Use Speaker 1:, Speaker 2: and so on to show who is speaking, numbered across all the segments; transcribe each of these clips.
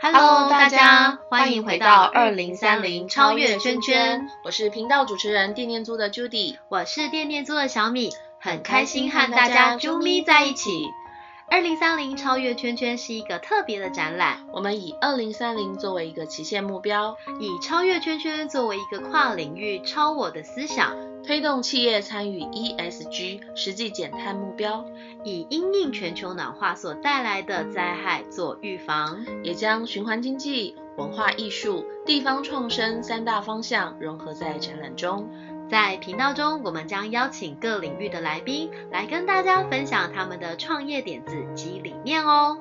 Speaker 1: Hello，大家欢迎回到二零三零超越圈圈，，
Speaker 2: 我是频道主持人电念猪的 Judy。
Speaker 1: 我是电电猪的小米，很开心和大家啾咪在一起。二零三零超越圈圈是一个特别的展览，
Speaker 2: 我们以二零三零作为一个期限目标，
Speaker 1: 以超越圈圈作为一个跨领域超我的思想，
Speaker 2: 推动企业参与 ESG 实际减碳目标，
Speaker 1: 以因应全球暖化所带来的灾害做预防。
Speaker 2: 也将循环经济、文化艺术、地方创生三大方向融合在展览中。
Speaker 1: 在频道中，我们将邀请各领域的来宾来跟大家分享他们的创业点子及理念哦。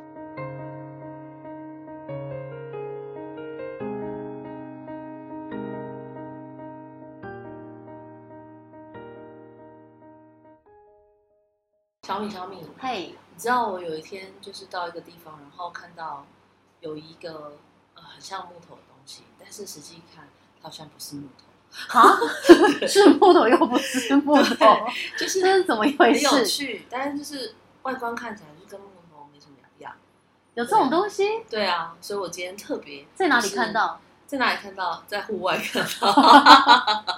Speaker 3: 小米，小米，你
Speaker 1: 嘿，
Speaker 3: 知道我有一天就是到一个地方，然后看到有一个呃很像木头的东西，但是实际看它好像不是木头，
Speaker 4: 啊，是木头又不是木头，
Speaker 3: 就是
Speaker 4: 这是怎么一回
Speaker 3: 很有
Speaker 4: 事？
Speaker 3: 趣，但是就是外观看起来就跟木头没什么两样。
Speaker 4: 有这种东西
Speaker 3: 对啊，所以我今天特别
Speaker 4: 在哪里看？到？
Speaker 3: 就是在哪里看到？在户外看到。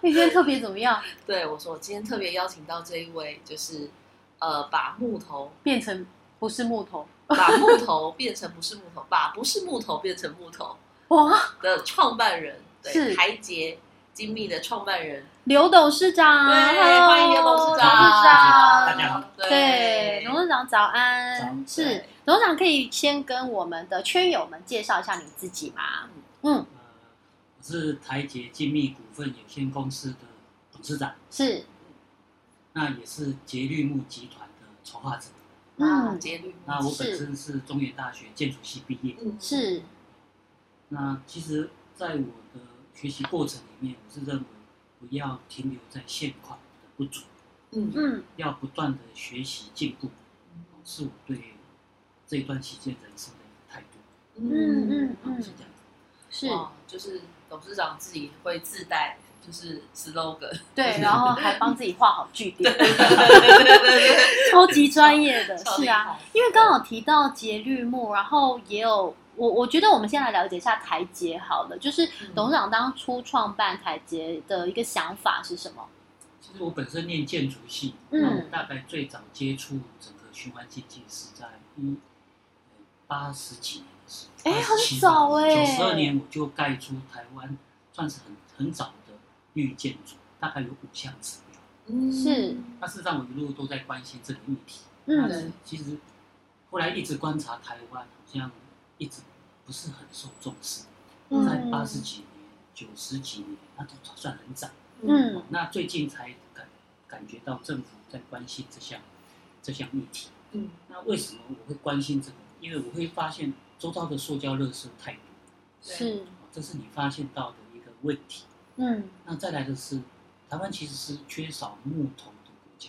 Speaker 4: 那天特别怎么样？
Speaker 3: 对，我说我今天特别邀请到这一位，就是呃把木头
Speaker 4: 变成不是木头？
Speaker 3: 把木头变成不是木头，把不是木头变成木头。
Speaker 4: 哇，
Speaker 3: 的创办人，对，
Speaker 4: 是
Speaker 3: 台捷精密的创办人，
Speaker 4: 刘董事长，
Speaker 3: 对，
Speaker 4: Hello，
Speaker 3: 欢迎刘董事
Speaker 4: 啊董
Speaker 3: 长，
Speaker 5: 大
Speaker 4: 事
Speaker 5: 家好
Speaker 4: 长，
Speaker 3: 对
Speaker 4: 对，，董事长早
Speaker 5: 早
Speaker 4: 安，
Speaker 5: 安
Speaker 4: 是
Speaker 3: 对
Speaker 4: 董事长可以先跟我们的圈友们介绍一下你自己吗？嗯，
Speaker 5: 呃，我是台捷精密股份有限公司的董事长，
Speaker 4: 是，
Speaker 5: 那也是捷绿木集团的筹划者。
Speaker 3: 啊，
Speaker 4: 嗯，
Speaker 3: 节律，
Speaker 5: 那我本
Speaker 4: 是
Speaker 5: 身是中原大学建筑系毕业。
Speaker 3: 嗯，
Speaker 4: 是，
Speaker 5: 那其实，在我的学习过程里面，我是认为不要停留在现况的不足，
Speaker 3: 嗯
Speaker 4: 嗯，
Speaker 5: 要不断的学习进步，是我对这一段期间人生的一个态度。
Speaker 4: 嗯嗯
Speaker 5: 啊
Speaker 4: 嗯
Speaker 5: 是这样子。
Speaker 4: 是，
Speaker 3: 哇就是董事长自己会自带，就是 slogan，
Speaker 4: 对，然后还帮自己画好句点，
Speaker 3: 对对 对，
Speaker 4: 超级专业的，
Speaker 3: 超
Speaker 4: 是
Speaker 3: 厉
Speaker 4: 啊，
Speaker 3: 害，
Speaker 4: 因为刚好提到节律木，然后也有我，我觉得我们先来了解一下台捷好了。就是
Speaker 5: 嗯
Speaker 4: 董事长当初创办台捷的一个想法是什么？
Speaker 5: 其实我本身念建筑系，
Speaker 4: 嗯
Speaker 5: 那我大概最早接触整个循环经济是在一八十几年的时候，
Speaker 4: 哎很早哎
Speaker 5: 九十二年我就盖出台湾算是很很早的绿建筑，大概有五项指标。
Speaker 3: 嗯
Speaker 4: 是
Speaker 5: 那事实上我一路都在关心这个议题，但
Speaker 4: 嗯
Speaker 5: 是其实后来一直观察台湾，好像一直不是很受重视，
Speaker 4: 嗯
Speaker 5: 在八十几年、九十几年，那都算很早。
Speaker 4: 嗯
Speaker 5: 那最近才感感觉到政府在关心这项这项议题。
Speaker 3: 嗯
Speaker 5: 那为什么我会关心这个？因为我会发现周遭的塑胶垃圾太多，哦
Speaker 4: 是
Speaker 5: 这是你发现到的一个问题。
Speaker 4: 嗯
Speaker 5: 那再来的是，台湾其实是缺少木头的国家，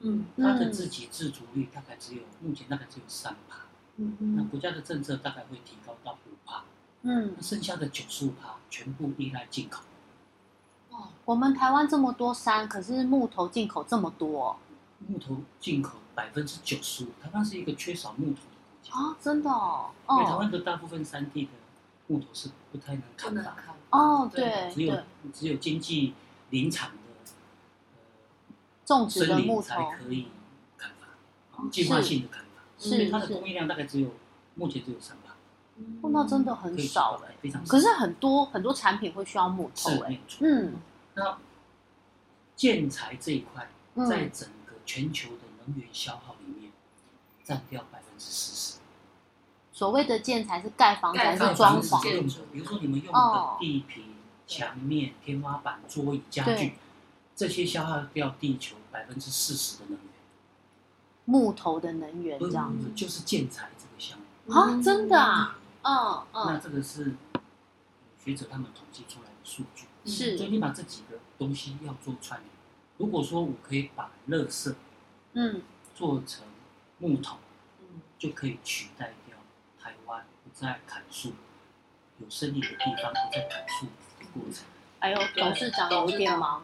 Speaker 3: 嗯
Speaker 5: 它的
Speaker 4: 嗯
Speaker 5: 自给自足率大概只有目前大概只有三趴，那
Speaker 3: 嗯
Speaker 5: 国家的政策大概会提高到五趴，
Speaker 4: 嗯
Speaker 5: 那，剩下的九十五趴全部依赖进口。
Speaker 3: 哇，
Speaker 4: 我们台湾这么多山，可是木头进口这么多
Speaker 5: 木头进口百分之九十五，台湾是一个缺少木头的国家。
Speaker 4: 啊，真的哦，
Speaker 5: 因为台
Speaker 4: 哦
Speaker 5: 湾的大部分山地的木头是不太能
Speaker 3: 不
Speaker 5: 砍
Speaker 3: 能
Speaker 5: 伐，
Speaker 3: 看，
Speaker 4: 哦，
Speaker 3: 对
Speaker 4: 对
Speaker 5: 只有
Speaker 4: 对，
Speaker 5: 只有经济林场的
Speaker 4: 种
Speaker 5: 呃
Speaker 4: 植
Speaker 5: 森
Speaker 4: 的
Speaker 5: 林
Speaker 4: 木
Speaker 5: 才
Speaker 4: 头
Speaker 5: 可以砍伐，
Speaker 3: 哦
Speaker 5: 计划性的砍伐，所以
Speaker 4: 是
Speaker 5: 它的
Speaker 4: 是，
Speaker 5: 供应量大概只有目前只有三趴，
Speaker 4: 哦那真的很
Speaker 5: 可以
Speaker 4: 少
Speaker 5: 说
Speaker 4: 哎，
Speaker 5: 非常少
Speaker 4: 可是很多很多产品会需要木头
Speaker 5: 是没
Speaker 4: 哎，
Speaker 5: 有错。
Speaker 4: 嗯
Speaker 5: 那建材这一块，在
Speaker 4: 嗯，
Speaker 5: 整个全球的能源消耗里面，占掉百分之四十。
Speaker 4: 所谓的建材是盖房子还
Speaker 3: 盖
Speaker 4: 是
Speaker 3: 房子
Speaker 4: 装
Speaker 3: 是
Speaker 4: 潢？哦
Speaker 5: 用的，比如说你们用的地皮、墙面、天花板、桌椅、家具
Speaker 4: 对，
Speaker 5: 这些消耗掉地球百分之四十的能源，
Speaker 4: 木头的能源
Speaker 5: 不
Speaker 4: 这
Speaker 5: 是
Speaker 4: 样。
Speaker 5: 不是就是建材这个项目。
Speaker 3: 嗯
Speaker 4: 啊，真的啊，嗯
Speaker 5: 那
Speaker 4: 嗯，
Speaker 5: 这个是学者他们统计出来的数据，
Speaker 3: 嗯
Speaker 5: 所以
Speaker 4: 是，
Speaker 5: 你把这几个东西要做串联。如果说我可以把垃圾
Speaker 4: 嗯
Speaker 5: 做成木头，
Speaker 3: 嗯，
Speaker 5: 就可以取代掉台湾不再砍树，有森林的地方不再砍树的过程。
Speaker 4: 哎呦，董事长有一点忙，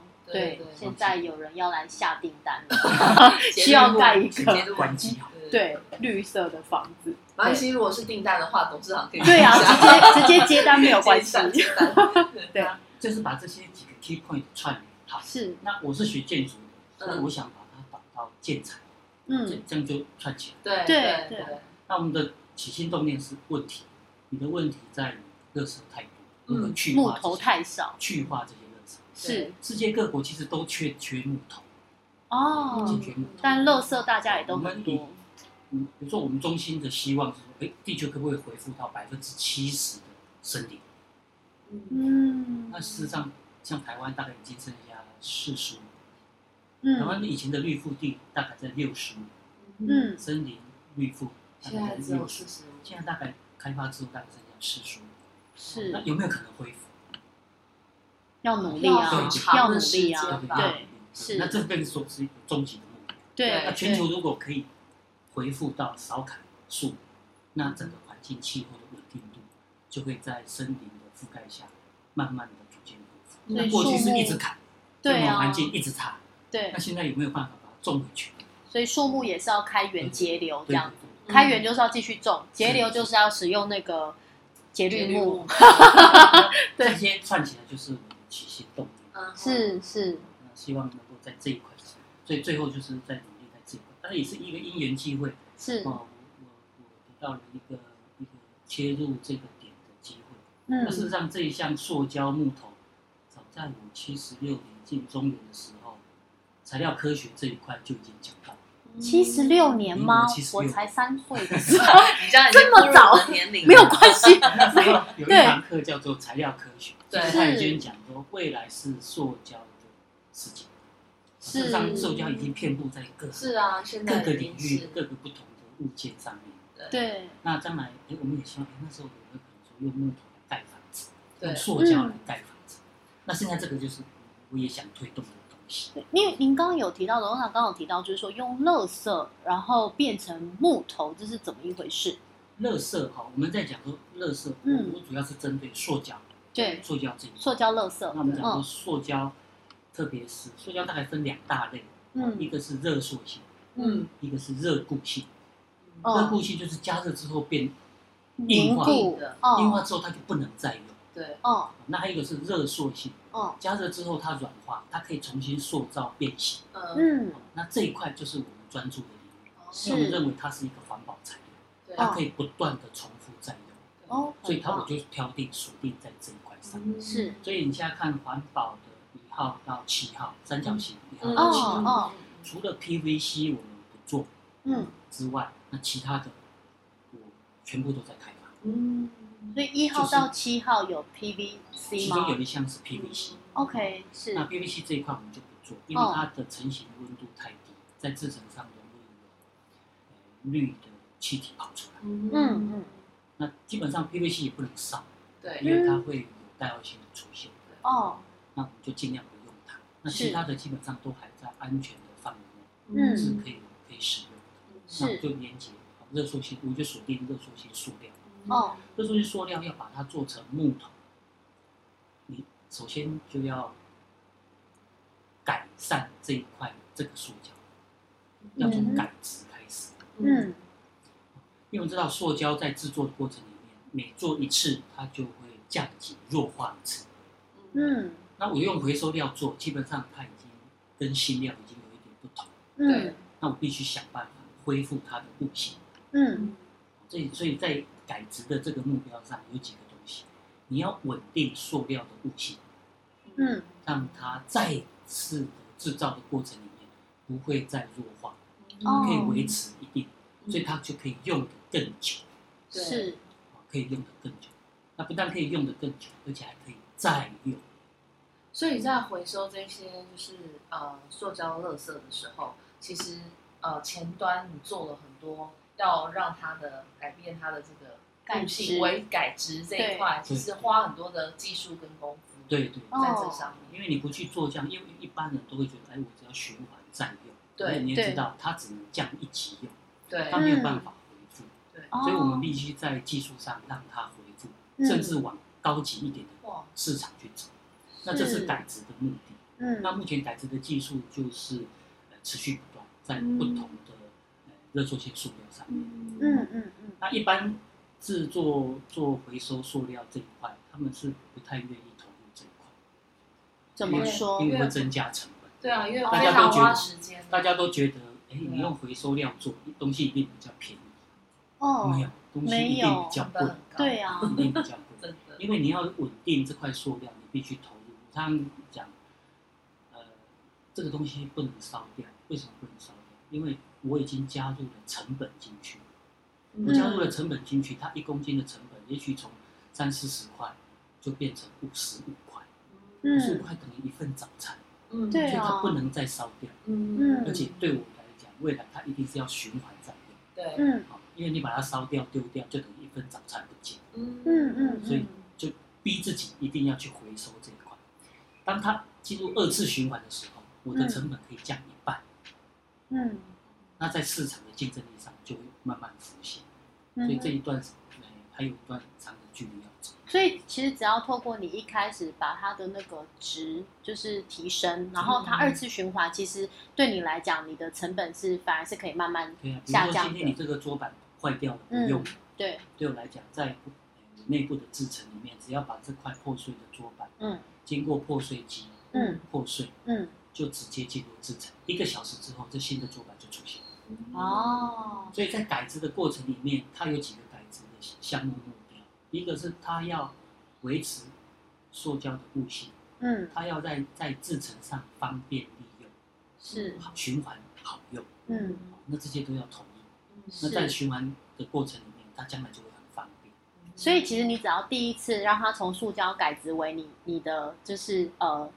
Speaker 4: 对
Speaker 3: 对对，
Speaker 4: 现在有人要来下
Speaker 3: 啊
Speaker 4: 订单了，需要盖一
Speaker 5: 节
Speaker 4: 个
Speaker 5: 日关机好。啊
Speaker 3: 对
Speaker 4: 对绿色的房子，
Speaker 3: 马来西亚如果是订单的话，董事长可以
Speaker 4: 对啊，
Speaker 3: 看一下
Speaker 4: 直接直接接单没有关 系，
Speaker 3: 接单接单
Speaker 4: 对啊
Speaker 5: 就是把这些几个 key point 串联好。
Speaker 4: 是，
Speaker 5: 那我是学建筑的，所以
Speaker 3: 嗯
Speaker 5: 我想把它绑到建材，这
Speaker 4: 嗯
Speaker 5: 这样就串起
Speaker 3: 对
Speaker 5: 来。
Speaker 4: 对
Speaker 3: 对
Speaker 4: 对
Speaker 5: 那我们的起心动念是问题，你的问题在于垃圾太多，如何
Speaker 4: 嗯，
Speaker 5: 去
Speaker 4: 木
Speaker 5: 化这些
Speaker 4: 头太少，
Speaker 5: 去化这些垃圾。
Speaker 4: 是
Speaker 5: 世界各国其实都缺缺木头，
Speaker 4: 哦
Speaker 5: 解，决木头。
Speaker 4: 但垃圾大家也都很多，
Speaker 5: 嗯，比如说我们中心的希望是说，哎，地球可不可以恢复到百分之七十的森林？
Speaker 3: 嗯
Speaker 4: 嗯
Speaker 5: 那事实上，像台湾大概已经剩下四十五，台
Speaker 4: 嗯
Speaker 5: 湾以前的绿腹地大概在六十五，
Speaker 3: 嗯，
Speaker 4: 嗯
Speaker 5: 森林绿腹大
Speaker 3: 现
Speaker 5: 概
Speaker 3: 在
Speaker 5: 在
Speaker 3: 只有
Speaker 5: 六
Speaker 3: 四
Speaker 5: 十，
Speaker 3: 十五，
Speaker 5: 现在大概开发之后大概剩下四十五，那
Speaker 4: 是
Speaker 5: 有没有可能恢复？
Speaker 4: 要努力啊要努力
Speaker 5: 对，
Speaker 3: 要
Speaker 4: 啊
Speaker 3: 很，长的时间吧
Speaker 4: 对是
Speaker 5: 那这跟你说是一个终极的目标。
Speaker 4: 对，
Speaker 5: 那
Speaker 4: 对
Speaker 5: 全球如果可以恢复到少砍树，那整个环境气候的稳定度就会在森林的覆盖下慢慢的逐渐恢复。
Speaker 4: 所以
Speaker 5: 那过去
Speaker 4: 树
Speaker 5: 是
Speaker 4: 木
Speaker 5: 一直砍，
Speaker 4: 对
Speaker 5: 这
Speaker 4: 啊
Speaker 5: 种环境一直差，
Speaker 4: 对
Speaker 5: 那，现在有没有办法把它种回去？
Speaker 4: 所以树木也是要开源节流这
Speaker 5: 对
Speaker 4: 样，
Speaker 5: 对
Speaker 4: 开源就是要继续种，节流就是要使用那个节
Speaker 3: 节
Speaker 4: 律
Speaker 3: 律
Speaker 4: 木
Speaker 3: 木，
Speaker 5: 对这些串起来就是我们的起心动念。
Speaker 3: 嗯，
Speaker 4: 是是，
Speaker 5: 那希望能够在这一块，所以最后就是在努力在这一块，但是也是一个因缘际会。
Speaker 4: 是
Speaker 5: 哦，我我我得到了一个一个切入这个点的机会。
Speaker 4: 嗯
Speaker 5: 那事实上，这一项塑胶木头，早在我七十六年进中原的时候，材料科学这一块就已经讲到了。
Speaker 4: 七十六年吗
Speaker 5: 嗯？76
Speaker 4: 我才三岁的 时候，
Speaker 3: 你这样已经
Speaker 4: 这么
Speaker 3: 步入
Speaker 4: 早
Speaker 3: 我的年龄了
Speaker 4: 没有关系，
Speaker 5: 那时 候有一
Speaker 4: 对
Speaker 5: 堂课叫做材料科学，
Speaker 3: 对
Speaker 5: 就是他已经讲说未来是塑胶的世界。事实上，
Speaker 4: 是
Speaker 5: 塑胶已经遍布在各
Speaker 3: 是啊，现
Speaker 5: 各
Speaker 3: 在
Speaker 5: 个
Speaker 3: 已
Speaker 5: 领
Speaker 3: 经
Speaker 5: 域
Speaker 3: 是、
Speaker 5: 各个不同的物件上面。
Speaker 4: 对，
Speaker 5: 那将来，哎，我们也希望，哎，那时候有没有可能说用木头来盖房子？
Speaker 3: 对
Speaker 5: 用塑胶来盖房子。那现在这个就是我也想推动的东西。
Speaker 4: 对因为您刚刚有提到，董事长刚刚有提到，就是说用垃圾然后变成木头，这是怎么一回事？
Speaker 5: 垃圾哈，我们在讲说垃圾，
Speaker 4: 嗯
Speaker 5: 我我主要是针对塑胶，
Speaker 4: 对
Speaker 5: 塑胶这一块。
Speaker 4: 塑胶垃圾
Speaker 5: 那我们，讲说
Speaker 4: 嗯
Speaker 5: 塑胶，特别是塑胶大概分两大类，一
Speaker 4: 嗯
Speaker 5: 个是热塑性，
Speaker 4: 嗯，
Speaker 5: 一个是热固性。
Speaker 3: 嗯
Speaker 5: 热
Speaker 4: 哦
Speaker 5: 固性就是加热之后变
Speaker 4: 凝
Speaker 5: 硬化
Speaker 4: 固
Speaker 3: 的，
Speaker 5: 硬
Speaker 4: 哦
Speaker 5: 化之后它就不能再用。
Speaker 3: 嗯对，
Speaker 4: 哦
Speaker 5: 那还有一个是热塑性，
Speaker 4: 哦，
Speaker 5: 加热之后它软化，它可以重新塑造变形。
Speaker 3: 嗯，
Speaker 4: 嗯
Speaker 5: 那这一块就是我们专注的领域，
Speaker 4: 是
Speaker 5: 因为我们认为它是一个环保材料，
Speaker 3: 对，
Speaker 5: 它可以不断的重复再用，
Speaker 4: 哦，
Speaker 5: 所以
Speaker 4: 很
Speaker 5: 它我
Speaker 4: 棒
Speaker 5: 就挑定锁定在这一块上。
Speaker 3: 嗯
Speaker 4: 是
Speaker 5: 所以你现在看环保的一号到七号三角形一号
Speaker 3: 嗯
Speaker 5: 到七号，
Speaker 4: 哦哦，
Speaker 5: 除了 PVC 我们不做
Speaker 4: 嗯，
Speaker 5: 之外，那其他的我全部都在开发，
Speaker 3: 嗯，
Speaker 4: 所以一号
Speaker 5: 就是
Speaker 4: 到七号有
Speaker 5: 其
Speaker 4: PVC
Speaker 5: 中有
Speaker 4: 吗
Speaker 5: 一项是
Speaker 3: 嗯
Speaker 5: PVC，
Speaker 4: ？OK，是哦
Speaker 5: 那 PVC 这一块我们就不做，因为它的成型温度太低，在制成上容易有呃氯的气体跑出来。
Speaker 3: 嗯
Speaker 4: 嗯嗯
Speaker 5: 那基本上 PVC 也不能烧，因
Speaker 3: 对，
Speaker 5: 为它会有带药性的出现，
Speaker 4: 哦
Speaker 5: 那我们就尽量不用它。那
Speaker 4: 是
Speaker 5: 其他的基本上都还在安全的范围内，
Speaker 4: 嗯
Speaker 5: 是可以可以使用的。
Speaker 4: 是
Speaker 5: 那我就连接好热塑性，我就锁定热塑性塑料。
Speaker 4: 哦，
Speaker 5: 热塑性塑料要把它做成木头，你首先就要改善这一块这个塑胶，要从
Speaker 4: 嗯
Speaker 5: 改质开始。
Speaker 4: 嗯
Speaker 5: 因为我们知道塑胶在制作的过程里面，每做一次它就会降级弱化一次。
Speaker 4: 嗯
Speaker 5: 那我用回收料做，基本上它已经跟新料已经有一点不同。
Speaker 4: 嗯
Speaker 5: 那我必须想办法恢复它的固性。
Speaker 4: 嗯
Speaker 5: 所以，所以在改值的这个目标上，有几个东西，你要稳定塑料的固性，
Speaker 4: 嗯
Speaker 5: 让它再次的制造的过程里面不会再弱化，
Speaker 4: 哦
Speaker 5: 可以维持一定，所以它就可以用的更久。
Speaker 3: 对
Speaker 4: 是
Speaker 5: 哦可以用的更久。那不但可以用的更久，而且还可以再用。
Speaker 3: 所以在回收这些就是呃塑胶垃圾的时候，其实呃前端你做了很多要让它的改变它的这个
Speaker 4: 改
Speaker 3: 固性
Speaker 4: 质
Speaker 3: 为改值这一块，其实花很多的技术跟功夫
Speaker 5: 对对，
Speaker 4: 哦
Speaker 3: 在这上面。
Speaker 5: 因为你不去做这样，因为一般人都会觉得，哎，我只要循环再用。
Speaker 3: 对
Speaker 5: 因为你也
Speaker 4: 对嗯
Speaker 5: 知道，它只能降一级用，
Speaker 3: 对
Speaker 5: 它没有办法回复，
Speaker 3: 对，
Speaker 4: 哦，
Speaker 5: 所以我们必须在技术上让它回复，
Speaker 4: 嗯
Speaker 5: 甚至往高级一点的
Speaker 3: 哇，
Speaker 5: 市场去走。那这是
Speaker 4: 是
Speaker 5: 改值的目的。
Speaker 4: 嗯
Speaker 5: 那目前改制的技术就是呃持续不断，在不同的呃热塑性塑料上面。
Speaker 4: 嗯嗯嗯，
Speaker 5: 那一般制作做回收塑料这一块，他们是不太愿意投入这一块，
Speaker 4: 嗯怎么
Speaker 5: 因
Speaker 4: 说？
Speaker 5: 为因为会增加成本。
Speaker 3: 对啊，因为
Speaker 5: 大
Speaker 3: 非
Speaker 5: 家都
Speaker 3: 常
Speaker 5: 觉
Speaker 3: 花
Speaker 5: 得
Speaker 3: 时间。
Speaker 5: 大家都觉得，哎，
Speaker 3: 嗯
Speaker 5: 你
Speaker 4: 啊
Speaker 5: 用回收料做东西一定比较便宜，
Speaker 4: 哦
Speaker 5: 没，有东西
Speaker 4: 没
Speaker 5: 一定
Speaker 4: 有
Speaker 5: 比较
Speaker 3: 成本
Speaker 5: 贵，
Speaker 3: 很高，
Speaker 4: 对啊，
Speaker 5: 一定比较贵。
Speaker 3: 真的，
Speaker 5: 因为你要稳定这块塑料，你必须投入。他们讲，呃，这个东西不能烧掉，为什么不能烧掉？因为我已经加入了成本进去，我加
Speaker 4: 嗯
Speaker 5: 入了成本进去，它一公斤的成本也许从三四十块就变成五十五块，五十五
Speaker 4: 嗯
Speaker 5: 块等于一份早餐，
Speaker 3: 嗯
Speaker 4: 对
Speaker 5: 所以
Speaker 4: 啊
Speaker 5: 它不能再烧掉。
Speaker 3: 嗯
Speaker 5: 而且对我来讲，未来它一定是要循环再用，
Speaker 3: 对，
Speaker 4: 嗯
Speaker 5: 好，因为你把它烧掉丢掉，就等于一份早餐不见。
Speaker 3: 嗯
Speaker 4: 嗯嗯
Speaker 5: 所以就逼自己一定要去回收这一块。当它进入二次循环的时候，我的成本可以降一半，
Speaker 4: 嗯
Speaker 5: 那在市场的竞争力上就会慢慢浮现。所以这
Speaker 4: 嗯，
Speaker 5: 一段，呃，还有一段长的距离要走。
Speaker 4: 所以其实只要透过你一开始把它的那个值就是提升，然后它二次循环，其实对你来讲，你的成本是反而是可以慢慢
Speaker 5: 对啊，比
Speaker 4: 下
Speaker 5: 如说
Speaker 4: 降
Speaker 5: 今
Speaker 4: 的嗯
Speaker 5: 天你这个桌板坏掉了，不用，
Speaker 4: 对，
Speaker 5: 对我来讲，在呃内部的制成里面，只要把这块破碎的桌板，
Speaker 4: 嗯，
Speaker 5: 经过破碎机
Speaker 4: 嗯
Speaker 5: 破碎，
Speaker 4: 嗯，
Speaker 5: 就直接进入制成。一个小时之后，这新的桌板就出现了。
Speaker 4: 嗯哦，
Speaker 5: 所以在改制的过程里面，它有几个改制的项目目标，一个是它要维持塑胶的物性，
Speaker 4: 嗯
Speaker 5: 它要在在制成上方便利用，
Speaker 4: 是，
Speaker 5: 好循环好用，
Speaker 4: 嗯
Speaker 5: 那这些都要统一。
Speaker 3: 嗯
Speaker 5: 那在
Speaker 4: 是。
Speaker 5: 循环的过程里面，它将来就会很方便。
Speaker 4: 所以其实你只要第一次让它从塑胶改植为你你的就是呃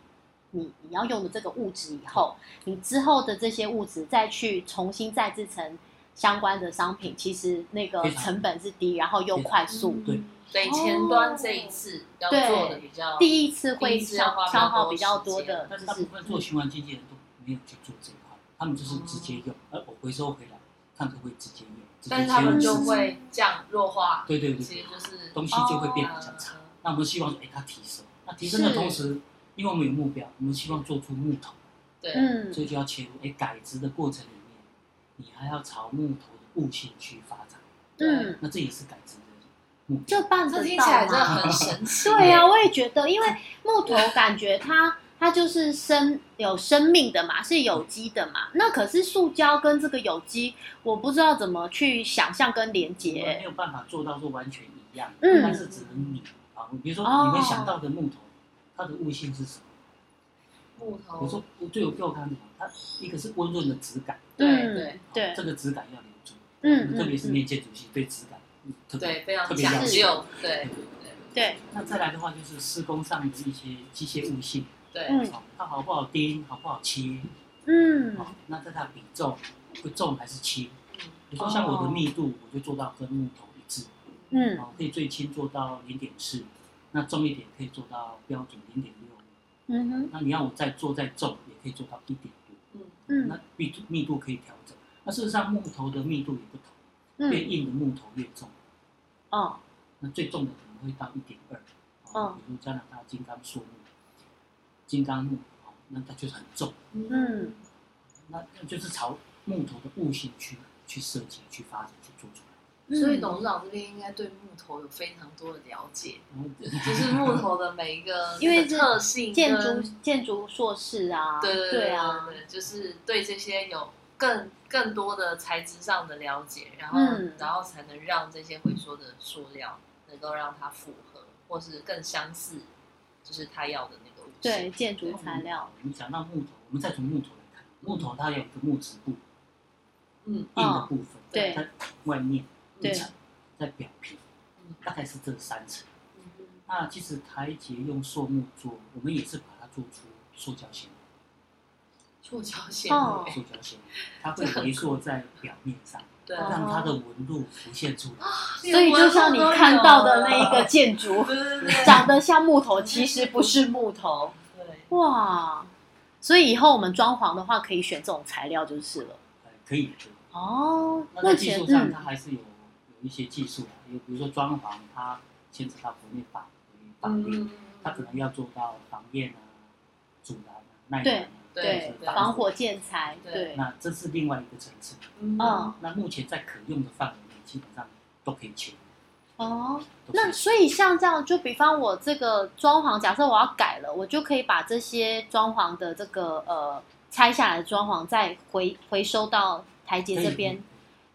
Speaker 4: 你你要用的这个物质以后，你之后的这些物质再去重新再制成相关的商品，其实那个
Speaker 5: 非常
Speaker 4: 成本是低，然后又快速。
Speaker 5: 对
Speaker 3: 所以前端这一次要做的比较，
Speaker 4: 第一次会
Speaker 3: 第一次要
Speaker 4: 消
Speaker 3: 花比较
Speaker 4: 消耗
Speaker 3: 多
Speaker 4: 比较多
Speaker 3: 时间
Speaker 4: 的，
Speaker 5: 但
Speaker 4: 就
Speaker 5: 大部
Speaker 4: 是
Speaker 5: 分做循环经济的人都没有去做这一块，他们就是直接用，而我回收回来，看可不可以直接用，直
Speaker 3: 嗯
Speaker 5: 接
Speaker 3: 但是他们
Speaker 5: 先
Speaker 3: 就
Speaker 5: 用制
Speaker 3: 会降弱化
Speaker 5: 成，对对对
Speaker 3: 其
Speaker 5: 对
Speaker 3: 实，就是呃
Speaker 5: 东西就会变比较差。那我们希望说，哎、它提升。那提升的
Speaker 4: 是
Speaker 5: 同时，因为我们有目标，我们希望做出木头，
Speaker 3: 对，
Speaker 4: 嗯
Speaker 5: 所以就要切入。哎、改植的过程里面，你还要朝木头的悟性去发展，
Speaker 4: 嗯，
Speaker 5: 那这也是改植的目标。
Speaker 4: 就办
Speaker 3: 这
Speaker 4: 得
Speaker 3: 听起来
Speaker 4: 到
Speaker 3: 真的
Speaker 4: 吗？
Speaker 3: 很神奇。
Speaker 4: 对呀、我也觉得，因为木头感觉它它就是生有生命的嘛，是有机的嘛。那可是塑胶跟这个有机，我不知道怎么去想象跟连
Speaker 5: 我们没
Speaker 4: 接。
Speaker 5: 有办法做到说完全一样，
Speaker 4: 嗯
Speaker 5: 但是只能你啊，比如说
Speaker 4: 哦
Speaker 5: 你们想到的木头，它的悟性是什么？
Speaker 3: 木
Speaker 5: 我
Speaker 3: 头，
Speaker 5: 说最有给我看什么？它一个是温润的质感，
Speaker 4: 嗯
Speaker 3: 对对
Speaker 4: 对
Speaker 5: 这个质感要留住，
Speaker 4: 嗯
Speaker 5: 特别是
Speaker 4: 嗯
Speaker 5: 念建筑系对质感嗯特别
Speaker 3: 对，非常
Speaker 5: 特别嗯
Speaker 3: 讲
Speaker 5: 要
Speaker 3: 究，对
Speaker 4: 对，
Speaker 5: 那再来的话就是施工上的一些机械物性，
Speaker 3: 对，
Speaker 4: 嗯
Speaker 5: 哦它好不好钉，好不好切，
Speaker 4: 嗯
Speaker 5: 哦，那在它比重会重还是轻？比如说像我的密度，我就做到跟木头一致，
Speaker 4: 哦嗯
Speaker 5: 哦，可以最轻做到零点四，那重一点可以做到标准零点六，
Speaker 4: 嗯哼
Speaker 5: 那你要我再做再重，也可以做到一点多，
Speaker 3: 嗯
Speaker 4: 嗯
Speaker 5: 那密度密度可以调整。那事实上木头的密度也不同，越
Speaker 4: 嗯
Speaker 5: 硬的木头越重，
Speaker 4: 哦
Speaker 5: 那最重的可能会到一点二，哦
Speaker 4: 嗯，
Speaker 5: 比如加拿大金刚树木、金刚木，哦，那它就是很重，
Speaker 4: 嗯
Speaker 5: 那就是朝木头的物性去去设计、去发展、去做出来。
Speaker 4: 嗯
Speaker 3: 所以董事长这边应该对木头有非常多的了解，
Speaker 5: 然后
Speaker 3: 就是木头的每一个
Speaker 4: 因为这
Speaker 3: 特性
Speaker 4: 建
Speaker 3: 跟
Speaker 4: 筑建筑硕士啊，
Speaker 3: 对对
Speaker 4: 对
Speaker 3: 啊
Speaker 4: 啊，，
Speaker 3: 对就是对这些有更更多的材质上的了解，然后、
Speaker 4: 嗯
Speaker 3: 然后才能让这些回收的塑料能够让它符合或是更相似，就是他要的那个物质。
Speaker 4: 对建筑材料，嗯
Speaker 5: 我们讲到木头，我们再从木头来看，木头它有一个木质部
Speaker 3: 嗯
Speaker 5: 硬的部分，
Speaker 4: 哦对
Speaker 5: 在外面一
Speaker 4: 对
Speaker 5: 层，在表皮
Speaker 3: 嗯，
Speaker 5: 大概是这三层。那其实台阶用塑木做，我们也是把它做出塑胶纤维。
Speaker 3: 塑胶纤维，
Speaker 4: 哦
Speaker 5: 塑胶纤维，它会回缩在表面上，
Speaker 3: 对，啊
Speaker 4: 哦
Speaker 5: 让它的纹路浮现出来。
Speaker 4: 所以就像你看到的那一个建筑
Speaker 3: 对对对
Speaker 4: 长得像木头，其实不是木头。
Speaker 3: 对，
Speaker 4: 哇，所以以后我们装潢的话，可以选这种材料就是了。
Speaker 5: 呃，可以。可以
Speaker 4: 哦，
Speaker 5: 那
Speaker 4: 目
Speaker 5: 在技
Speaker 4: 前
Speaker 5: 术上，它
Speaker 4: 嗯
Speaker 5: 还是有有一些技术啊，有比如说装潢，它牵扯到国内
Speaker 4: 嗯
Speaker 5: 嗯法规法律，它可能要做到防焰啊、阻拦啊、耐燃啊，
Speaker 3: 对
Speaker 5: 对
Speaker 4: 防火建材，
Speaker 3: 对
Speaker 4: 对，
Speaker 5: 那这是另外一个层次。
Speaker 4: 嗯，
Speaker 5: 那目前在可用的范围内，基本上都可以签。
Speaker 4: 哦，
Speaker 5: 都可以
Speaker 4: 那所以像这样，就比方我这个装潢，假设我要改了，我就可以把这些装潢的这个呃拆下来的装潢再回回收到台阶这边。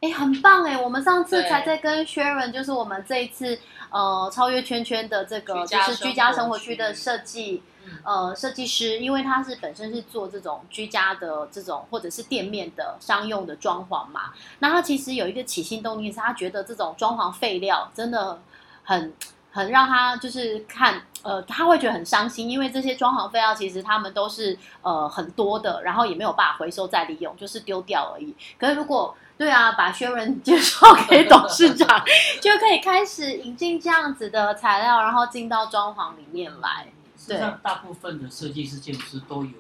Speaker 4: 哎，很棒哎！我们上次
Speaker 3: 对
Speaker 4: 才在跟 Sharon，就是我们这一次呃超越圈圈的这个
Speaker 3: 居
Speaker 4: 就
Speaker 3: 家
Speaker 4: 是居家生
Speaker 3: 生
Speaker 4: 活
Speaker 3: 活
Speaker 4: 区
Speaker 3: 区
Speaker 4: 的设计
Speaker 3: 嗯
Speaker 4: 呃设计师，因为他是本身是做这种居家的这种或者是店面的商用的装潢嘛，那他其实有一个起心动念是他觉得这种装潢废料真的很很让他就是看呃他会觉得很伤心，因为这些装潢废料其实他们都是呃很多的，然后也没有办法回收再利用，就是丢掉而已。可是如果对啊，把 Sharon 介绍 给董事长，就可以开始引进这样子的材料，然后进到装潢里面来。
Speaker 5: 事实上，大部分的设计师、建筑师都有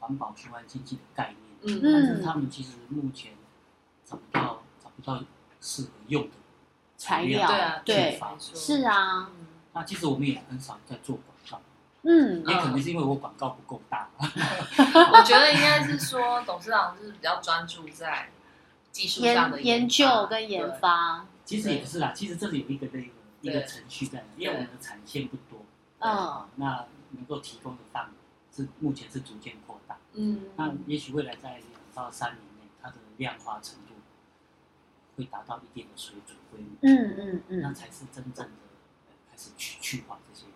Speaker 5: 环保循环经济的概念，
Speaker 3: 嗯
Speaker 4: 嗯
Speaker 5: 但是他们其实目前找不到找不到适合用的材料
Speaker 4: 材
Speaker 3: 对
Speaker 4: 料
Speaker 3: 啊，
Speaker 4: 对
Speaker 5: 去发展
Speaker 4: 是啊，
Speaker 3: 嗯，
Speaker 5: 那其实我们也很少在做广告，
Speaker 4: 嗯，
Speaker 5: 也可能是因为我广告不够大。
Speaker 3: 我觉得应该是说董事长就是比较专注在技术上的
Speaker 4: 研研究
Speaker 3: 发
Speaker 4: 跟研
Speaker 3: 对
Speaker 4: 发，
Speaker 5: 其实也不是啦，其实这里有一个那个一个
Speaker 3: 对
Speaker 5: 程序在，因为我们的产线不多，
Speaker 4: 嗯，
Speaker 5: 那能够提供的范围是目前是逐渐扩大。那
Speaker 3: 嗯，
Speaker 5: 也许未来在两到三年内，它的量化程度会达到一定的水准规模，
Speaker 4: 嗯嗯
Speaker 5: 那
Speaker 4: 嗯，
Speaker 5: 才是真正的呃开始去去化这些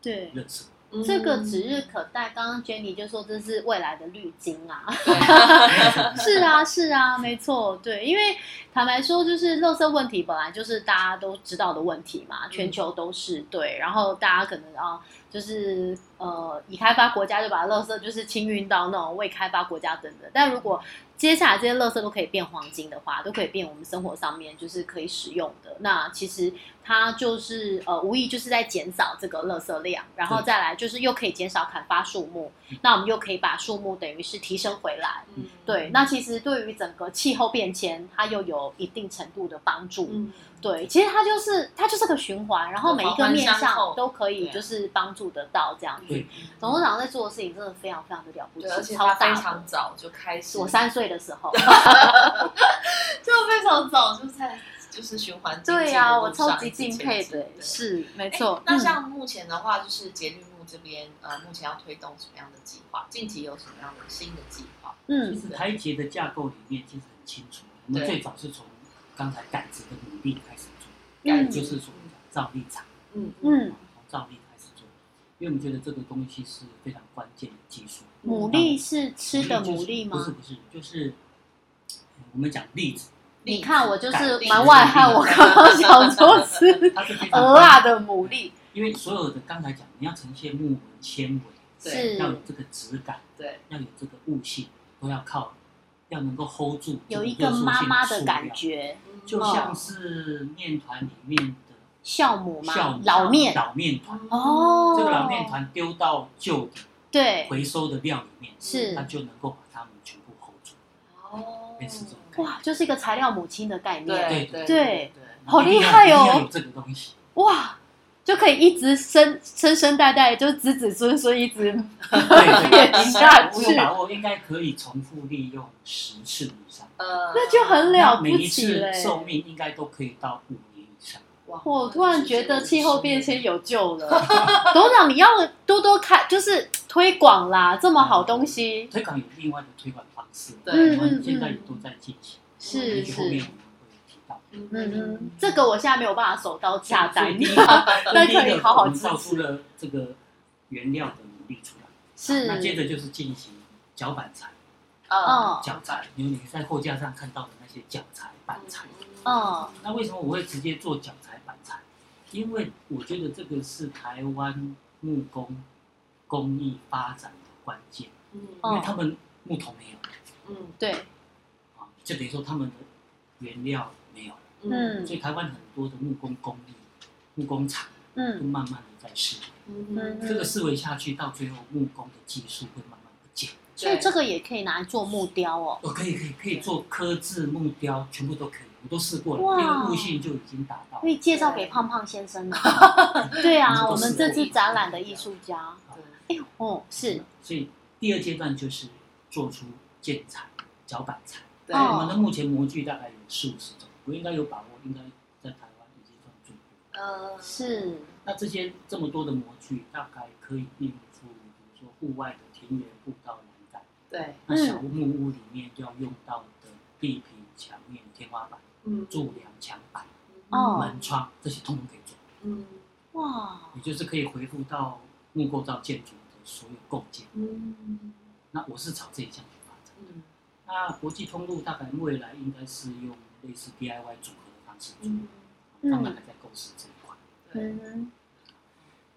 Speaker 4: 对。
Speaker 5: 认识。
Speaker 3: 嗯
Speaker 4: 这个指日可待。刚刚 Jenny 就说这是未来的滤镜啊， 是啊，是啊，没错，对，因为坦白说，就是垃圾问题本来就是大家都知道的问题嘛，全球都是对，然后大家可能啊，就是呃，已开发国家就把垃圾就是清运到那种未开发国家等等，但如果接下来这些垃圾都可以变黄金的话，都可以变我们生活上面就是可以使用的。那其实它就是呃，无意就是在减少这个垃圾量，然后
Speaker 5: 对
Speaker 4: 再来就是又可以减少砍伐树木，那我们又可以把树木等于是提升回来。
Speaker 3: 嗯
Speaker 4: 对，那其实对于整个气候变迁，它又有一定程度的帮助。
Speaker 3: 嗯，
Speaker 4: 对，其实它就是它就是个循环，然后每一个面
Speaker 3: 环环相
Speaker 4: 向
Speaker 3: 扣
Speaker 4: 都可以
Speaker 3: 对啊
Speaker 4: 就是帮助得到这样子。
Speaker 5: 对
Speaker 4: 董事长在做的事情真的非常非常的了不
Speaker 3: 对，而
Speaker 4: 起，
Speaker 3: 且
Speaker 4: 超
Speaker 3: 他
Speaker 4: 大
Speaker 3: 非
Speaker 4: 的。
Speaker 3: 常早就开始，
Speaker 4: 我三岁的时候，
Speaker 3: 就非常早就在就是循环经济的路上
Speaker 4: 对呀、我超级敬佩
Speaker 3: 一
Speaker 4: 的
Speaker 3: 直前进，对
Speaker 4: 是没
Speaker 3: 哎
Speaker 4: 错。
Speaker 3: 那
Speaker 4: 嗯
Speaker 3: 像目前的话，就是节律木这边呃，目前要推动什么样的计划？近期有什么样的新的计划？
Speaker 5: 其
Speaker 4: 嗯
Speaker 5: 实台阶的架构里面其实很清楚，我们
Speaker 3: 对
Speaker 5: 最早是从刚才改制的努力开始做，
Speaker 3: 改
Speaker 4: 嗯
Speaker 5: 就
Speaker 3: 制
Speaker 5: 是所谓的造立场，
Speaker 3: 嗯
Speaker 4: 嗯，
Speaker 5: 从造立开始做，因为我们觉得这个东西是非常关键的技术。
Speaker 4: 牡蛎是吃
Speaker 3: 嗯
Speaker 4: 的
Speaker 5: 就是
Speaker 4: 牡蛎
Speaker 5: 不是
Speaker 4: 吗？
Speaker 5: 不是，就是呃我们讲例子，
Speaker 4: 你看我就是
Speaker 5: 改
Speaker 4: 门外汉，我刚刚想说 吃
Speaker 5: 它是非常
Speaker 4: 鹅啊的牡蛎，
Speaker 5: 因为所有的刚才讲，你要呈现木纹纤维，
Speaker 3: 对
Speaker 4: 是
Speaker 5: 要有这个质感，
Speaker 3: 对，
Speaker 5: 要有这个悟性，都要靠，要能够 hold 住这
Speaker 4: 有一
Speaker 5: 个
Speaker 4: 个
Speaker 5: 特殊性
Speaker 4: 妈妈的
Speaker 5: 塑
Speaker 4: 感
Speaker 5: 料，
Speaker 4: 觉，
Speaker 3: 嗯
Speaker 5: 就
Speaker 4: 哦
Speaker 5: 像是面团里面的
Speaker 4: 酵母
Speaker 5: 酵
Speaker 4: 吗？
Speaker 5: 母
Speaker 4: 老面
Speaker 5: 老面团，
Speaker 4: 哦，
Speaker 5: 这个啊老面团丢到旧的
Speaker 4: 对，
Speaker 5: 回收的料里面，
Speaker 4: 是
Speaker 5: 它就能够把它们全部 hold 住，
Speaker 3: 哦
Speaker 5: 类似这种感觉。
Speaker 4: 哇，就是一个材料母亲的概念，
Speaker 3: 对
Speaker 5: 对
Speaker 3: 对
Speaker 4: 对
Speaker 3: 对，
Speaker 4: 好
Speaker 5: 一定
Speaker 4: 厉
Speaker 5: 要
Speaker 4: 害
Speaker 5: 一定
Speaker 4: 哦
Speaker 5: 要有这个 东西。
Speaker 4: 哇，就可以一直生生生代代，就是子子孙孙一直
Speaker 5: 对对
Speaker 4: 变下
Speaker 5: 我
Speaker 4: 去
Speaker 5: 有，把握，应该可以重复利用十次以上，
Speaker 3: 呃，
Speaker 4: 那就很了
Speaker 5: 那每
Speaker 4: 不欸
Speaker 5: 一
Speaker 4: 起
Speaker 5: 次
Speaker 4: 嘞。
Speaker 5: 寿命应该都可以到五年以上。
Speaker 3: 哇
Speaker 4: 我突然觉得气候变迁有救了，董事长，你要多多开，就是推广啦，这么好东西，
Speaker 5: 推广有另外的推广方式，
Speaker 3: 对
Speaker 5: 我
Speaker 4: 嗯
Speaker 5: 们
Speaker 4: 嗯
Speaker 5: 现在也
Speaker 4: 嗯，
Speaker 5: 都在进行，也
Speaker 4: 是
Speaker 5: 许后面
Speaker 4: 是
Speaker 5: 我，们会提到。
Speaker 3: 嗯
Speaker 4: 嗯嗯，这个我现在没有办法手刀下单，
Speaker 5: 所以第一个
Speaker 4: 但
Speaker 5: 所以第
Speaker 4: 可
Speaker 5: 一
Speaker 4: 以
Speaker 5: 个
Speaker 4: 好好
Speaker 5: 我们
Speaker 4: 支
Speaker 5: 造
Speaker 4: 持，
Speaker 5: 出了这个原料的努力出来，那接
Speaker 4: 是，
Speaker 5: 着就是进行脚板材、
Speaker 3: 嗯
Speaker 4: 嗯
Speaker 5: 脚材，因为你在货架上看到的那些脚材、板材。
Speaker 4: 嗯
Speaker 5: 那为什么我会直接做脚材板材？因为我觉得这个是台湾木工工艺发展的关键，因为
Speaker 4: 嗯
Speaker 5: 他们木头没有
Speaker 3: 嗯
Speaker 4: 对，
Speaker 5: 啊，就等于说他们的原料没有，
Speaker 3: 嗯
Speaker 4: 嗯
Speaker 5: 所以台湾很多的木工工艺、木工厂都
Speaker 4: 嗯
Speaker 5: 慢慢的在式微，
Speaker 3: 嗯，
Speaker 5: 这个
Speaker 4: 嗯，
Speaker 5: 式微下去，到最后木工的技术会慢慢不见。
Speaker 4: 所以这个也可以拿来做木雕哦，
Speaker 5: 哦，可以可以可以做刻字、木雕，全部都可以，我都试过
Speaker 4: 哇
Speaker 5: 了，因为悟性就已经达到
Speaker 4: 可
Speaker 5: 了。
Speaker 4: 以介绍给胖胖先生呢，对啊，我们这次展览的艺术家，
Speaker 3: 对
Speaker 4: 哎呦，哦，是，
Speaker 5: 所以第二阶段就是做出建材、脚板材。
Speaker 3: 对，
Speaker 5: 我
Speaker 4: 哦
Speaker 5: 们的目前模具大概有四五十种，我应该有把握，应该在台湾已经算最多。
Speaker 3: 嗯，
Speaker 4: 是
Speaker 5: 那这些这么多的模具，大概可以应付，比如说户外的田园步道栏杆，
Speaker 3: 对，
Speaker 5: 那小木屋里面要用到的地皮、墙面、天花板、
Speaker 3: 嗯，
Speaker 5: 柱梁、墙板、
Speaker 4: 哦
Speaker 5: 门窗这些通通可以做，
Speaker 3: 嗯
Speaker 4: 哇，
Speaker 5: 也就是可以回复到木构造建筑的所有构件。
Speaker 3: 嗯
Speaker 5: 那我是朝这一项去发展。
Speaker 3: 嗯
Speaker 5: 那国际通路大概未来应该是用类似 DIY 组合的方式做，
Speaker 3: 嗯，
Speaker 5: 当然还在构思这一块。
Speaker 3: 对，
Speaker 4: 嗯，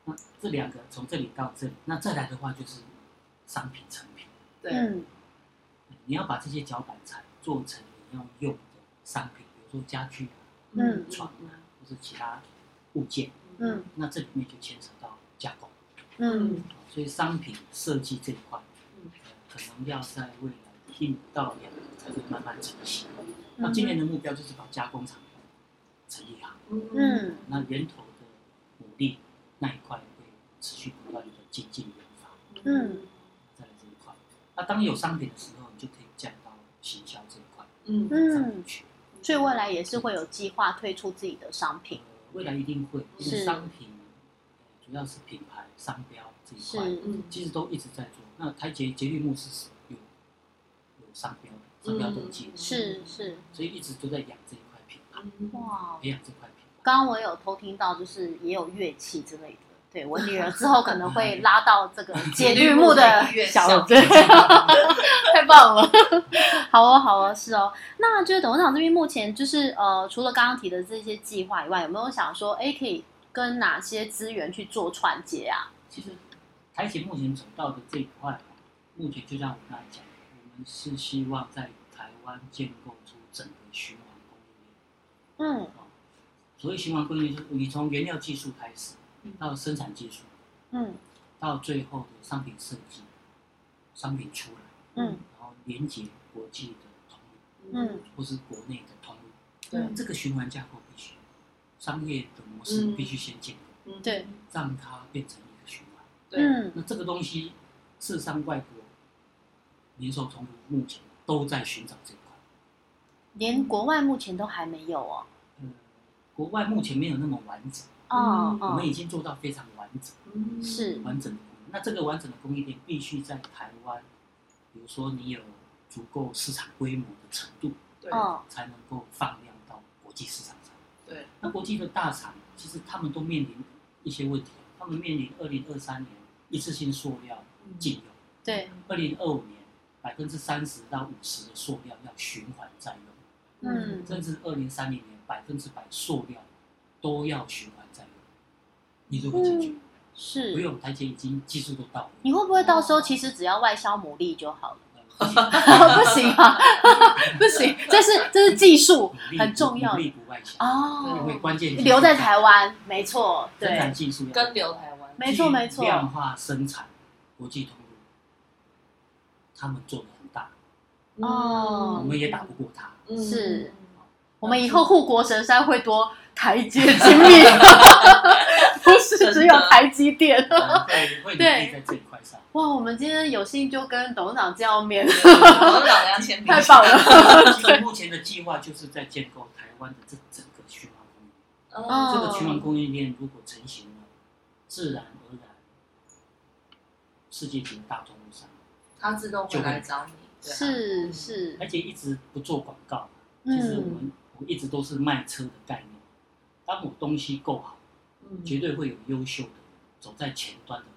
Speaker 5: 那这两个从这里到这里，那再来的话就是商品成品，
Speaker 3: 对，
Speaker 4: 嗯，
Speaker 5: 你要把这些脚板材做成你要用的商品，比如说家具啊、
Speaker 4: 嗯
Speaker 5: 床啊，或是其他物件。
Speaker 4: 嗯
Speaker 5: 那这里面就牵扯到加工，
Speaker 4: 嗯，
Speaker 5: 所以商品设计这一块，
Speaker 3: 嗯
Speaker 5: 呃可能要在未来一到两年才会慢慢成型。那
Speaker 4: 嗯
Speaker 5: 今年的目标就是把加工厂成立好，
Speaker 3: 嗯
Speaker 4: 嗯
Speaker 5: 那源头的努力那一块会持续不断的精进研发，
Speaker 4: 嗯
Speaker 5: 再来这一块。那当有商品的时候，你就可以降到行销这一块
Speaker 3: 嗯嗯，
Speaker 5: 上面
Speaker 4: 嗯，
Speaker 5: 去。
Speaker 4: 所以未来也是会有计划推出自己的商
Speaker 5: 呃
Speaker 4: 品，
Speaker 5: 未来一定会，因
Speaker 4: 是
Speaker 5: 为商品呃主要是品牌、商标这一块，
Speaker 4: 是
Speaker 5: 其实都一直在做。那台捷捷运幕是有有商标的，商标登
Speaker 4: 嗯
Speaker 5: 记的，
Speaker 4: 是是，
Speaker 5: 所以一直都在养这一块品牌，
Speaker 4: 哇，
Speaker 5: 培养这块品牌。
Speaker 4: 刚刚我有偷听到，就是也有乐器之类的。对我女儿之后可能会拉到 这个节律木的小对， 太棒了，好哦，好哦，是哦。那就是董事长这边目前就是呃，除了刚刚提的这些计划以外，有没有想说，哎，可以跟哪些资源去做串接啊？
Speaker 5: 其实台捷目前走到的这一块啊，目前就像我刚才讲，我们是希望在台湾建构出整个循环供应链。
Speaker 4: 嗯
Speaker 5: 哦所谓循环供应链，就是你从原料技术开始，到生产技术，
Speaker 4: 嗯
Speaker 5: 到最后的商品设计、商品出来，
Speaker 4: 嗯
Speaker 5: 然后连接国际的通路
Speaker 4: 嗯
Speaker 5: 或是国内的通路，
Speaker 3: 对
Speaker 5: 这个循环架构必须，商业的模式必须先建立，
Speaker 3: 嗯
Speaker 4: 对
Speaker 5: 让它变成一个循环。
Speaker 3: 对，
Speaker 4: 嗯
Speaker 5: 那这个东西，事实上外国零售通路目前都在寻找这一块，
Speaker 4: 连国外目前都还没有哦。
Speaker 5: 嗯，国外目前没有那么完整，
Speaker 4: 哦
Speaker 5: 我
Speaker 4: 哦
Speaker 5: 们，已经做到非常完整。
Speaker 4: 是
Speaker 5: 完整的供应。那这个完整的供应链必须在台湾，比如说你有足够市场规模的程度，
Speaker 3: 对
Speaker 4: 哦
Speaker 5: 才能够放量到国际市场上。
Speaker 3: 对，
Speaker 5: 那国际的大厂其实他们都面临一些问题，他们面临二零二三年一次性塑料禁用，
Speaker 4: 对，
Speaker 5: 二零二五年百分之三十到五十的塑料要循环再用，
Speaker 4: 嗯
Speaker 5: 甚至二零三零年百分之百塑料都要循环再用。你如何解决？不
Speaker 4: 是。
Speaker 5: 用，哦台前已经技术都到位。
Speaker 4: 嗯你会不会到时候其实只要外销牡蛎就好了？
Speaker 5: 呃
Speaker 4: 不行啊， 不行，这是这是技术很重要
Speaker 5: 努力不外销，因
Speaker 4: 哦，
Speaker 5: 为关键
Speaker 4: 留在台湾，没错，
Speaker 5: 生产
Speaker 4: 对，
Speaker 5: 技术要
Speaker 3: 跟流台湾，
Speaker 4: 没错没错
Speaker 5: 基于量化生产国际通路，他们做的很大，
Speaker 4: 哦嗯
Speaker 5: 我们也打不过 他。
Speaker 4: 是我们以
Speaker 3: 嗯
Speaker 4: 后护国神山会多台阶精 密，不是只有台积电。
Speaker 5: 我们会会努力在这一块上，
Speaker 4: 哇，我们今天有幸就跟董事长见面，
Speaker 3: 嗯我老娘签名
Speaker 4: 太，棒
Speaker 3: 啊
Speaker 4: 了。
Speaker 5: 基本目前的计划就是在建构台湾的这整个循环供应链。
Speaker 3: 嗯
Speaker 5: 这个循环供应链如果成型了，自然而然，世界级的大通路上，
Speaker 3: 他自动会来找你，对啊，
Speaker 4: 哦是是，
Speaker 5: 而且一直不做广告。其实我
Speaker 4: 嗯
Speaker 5: 们我一直都是卖车的概念。当我东西够好，
Speaker 3: 嗯
Speaker 5: 绝对会有优秀的人走在前端的人，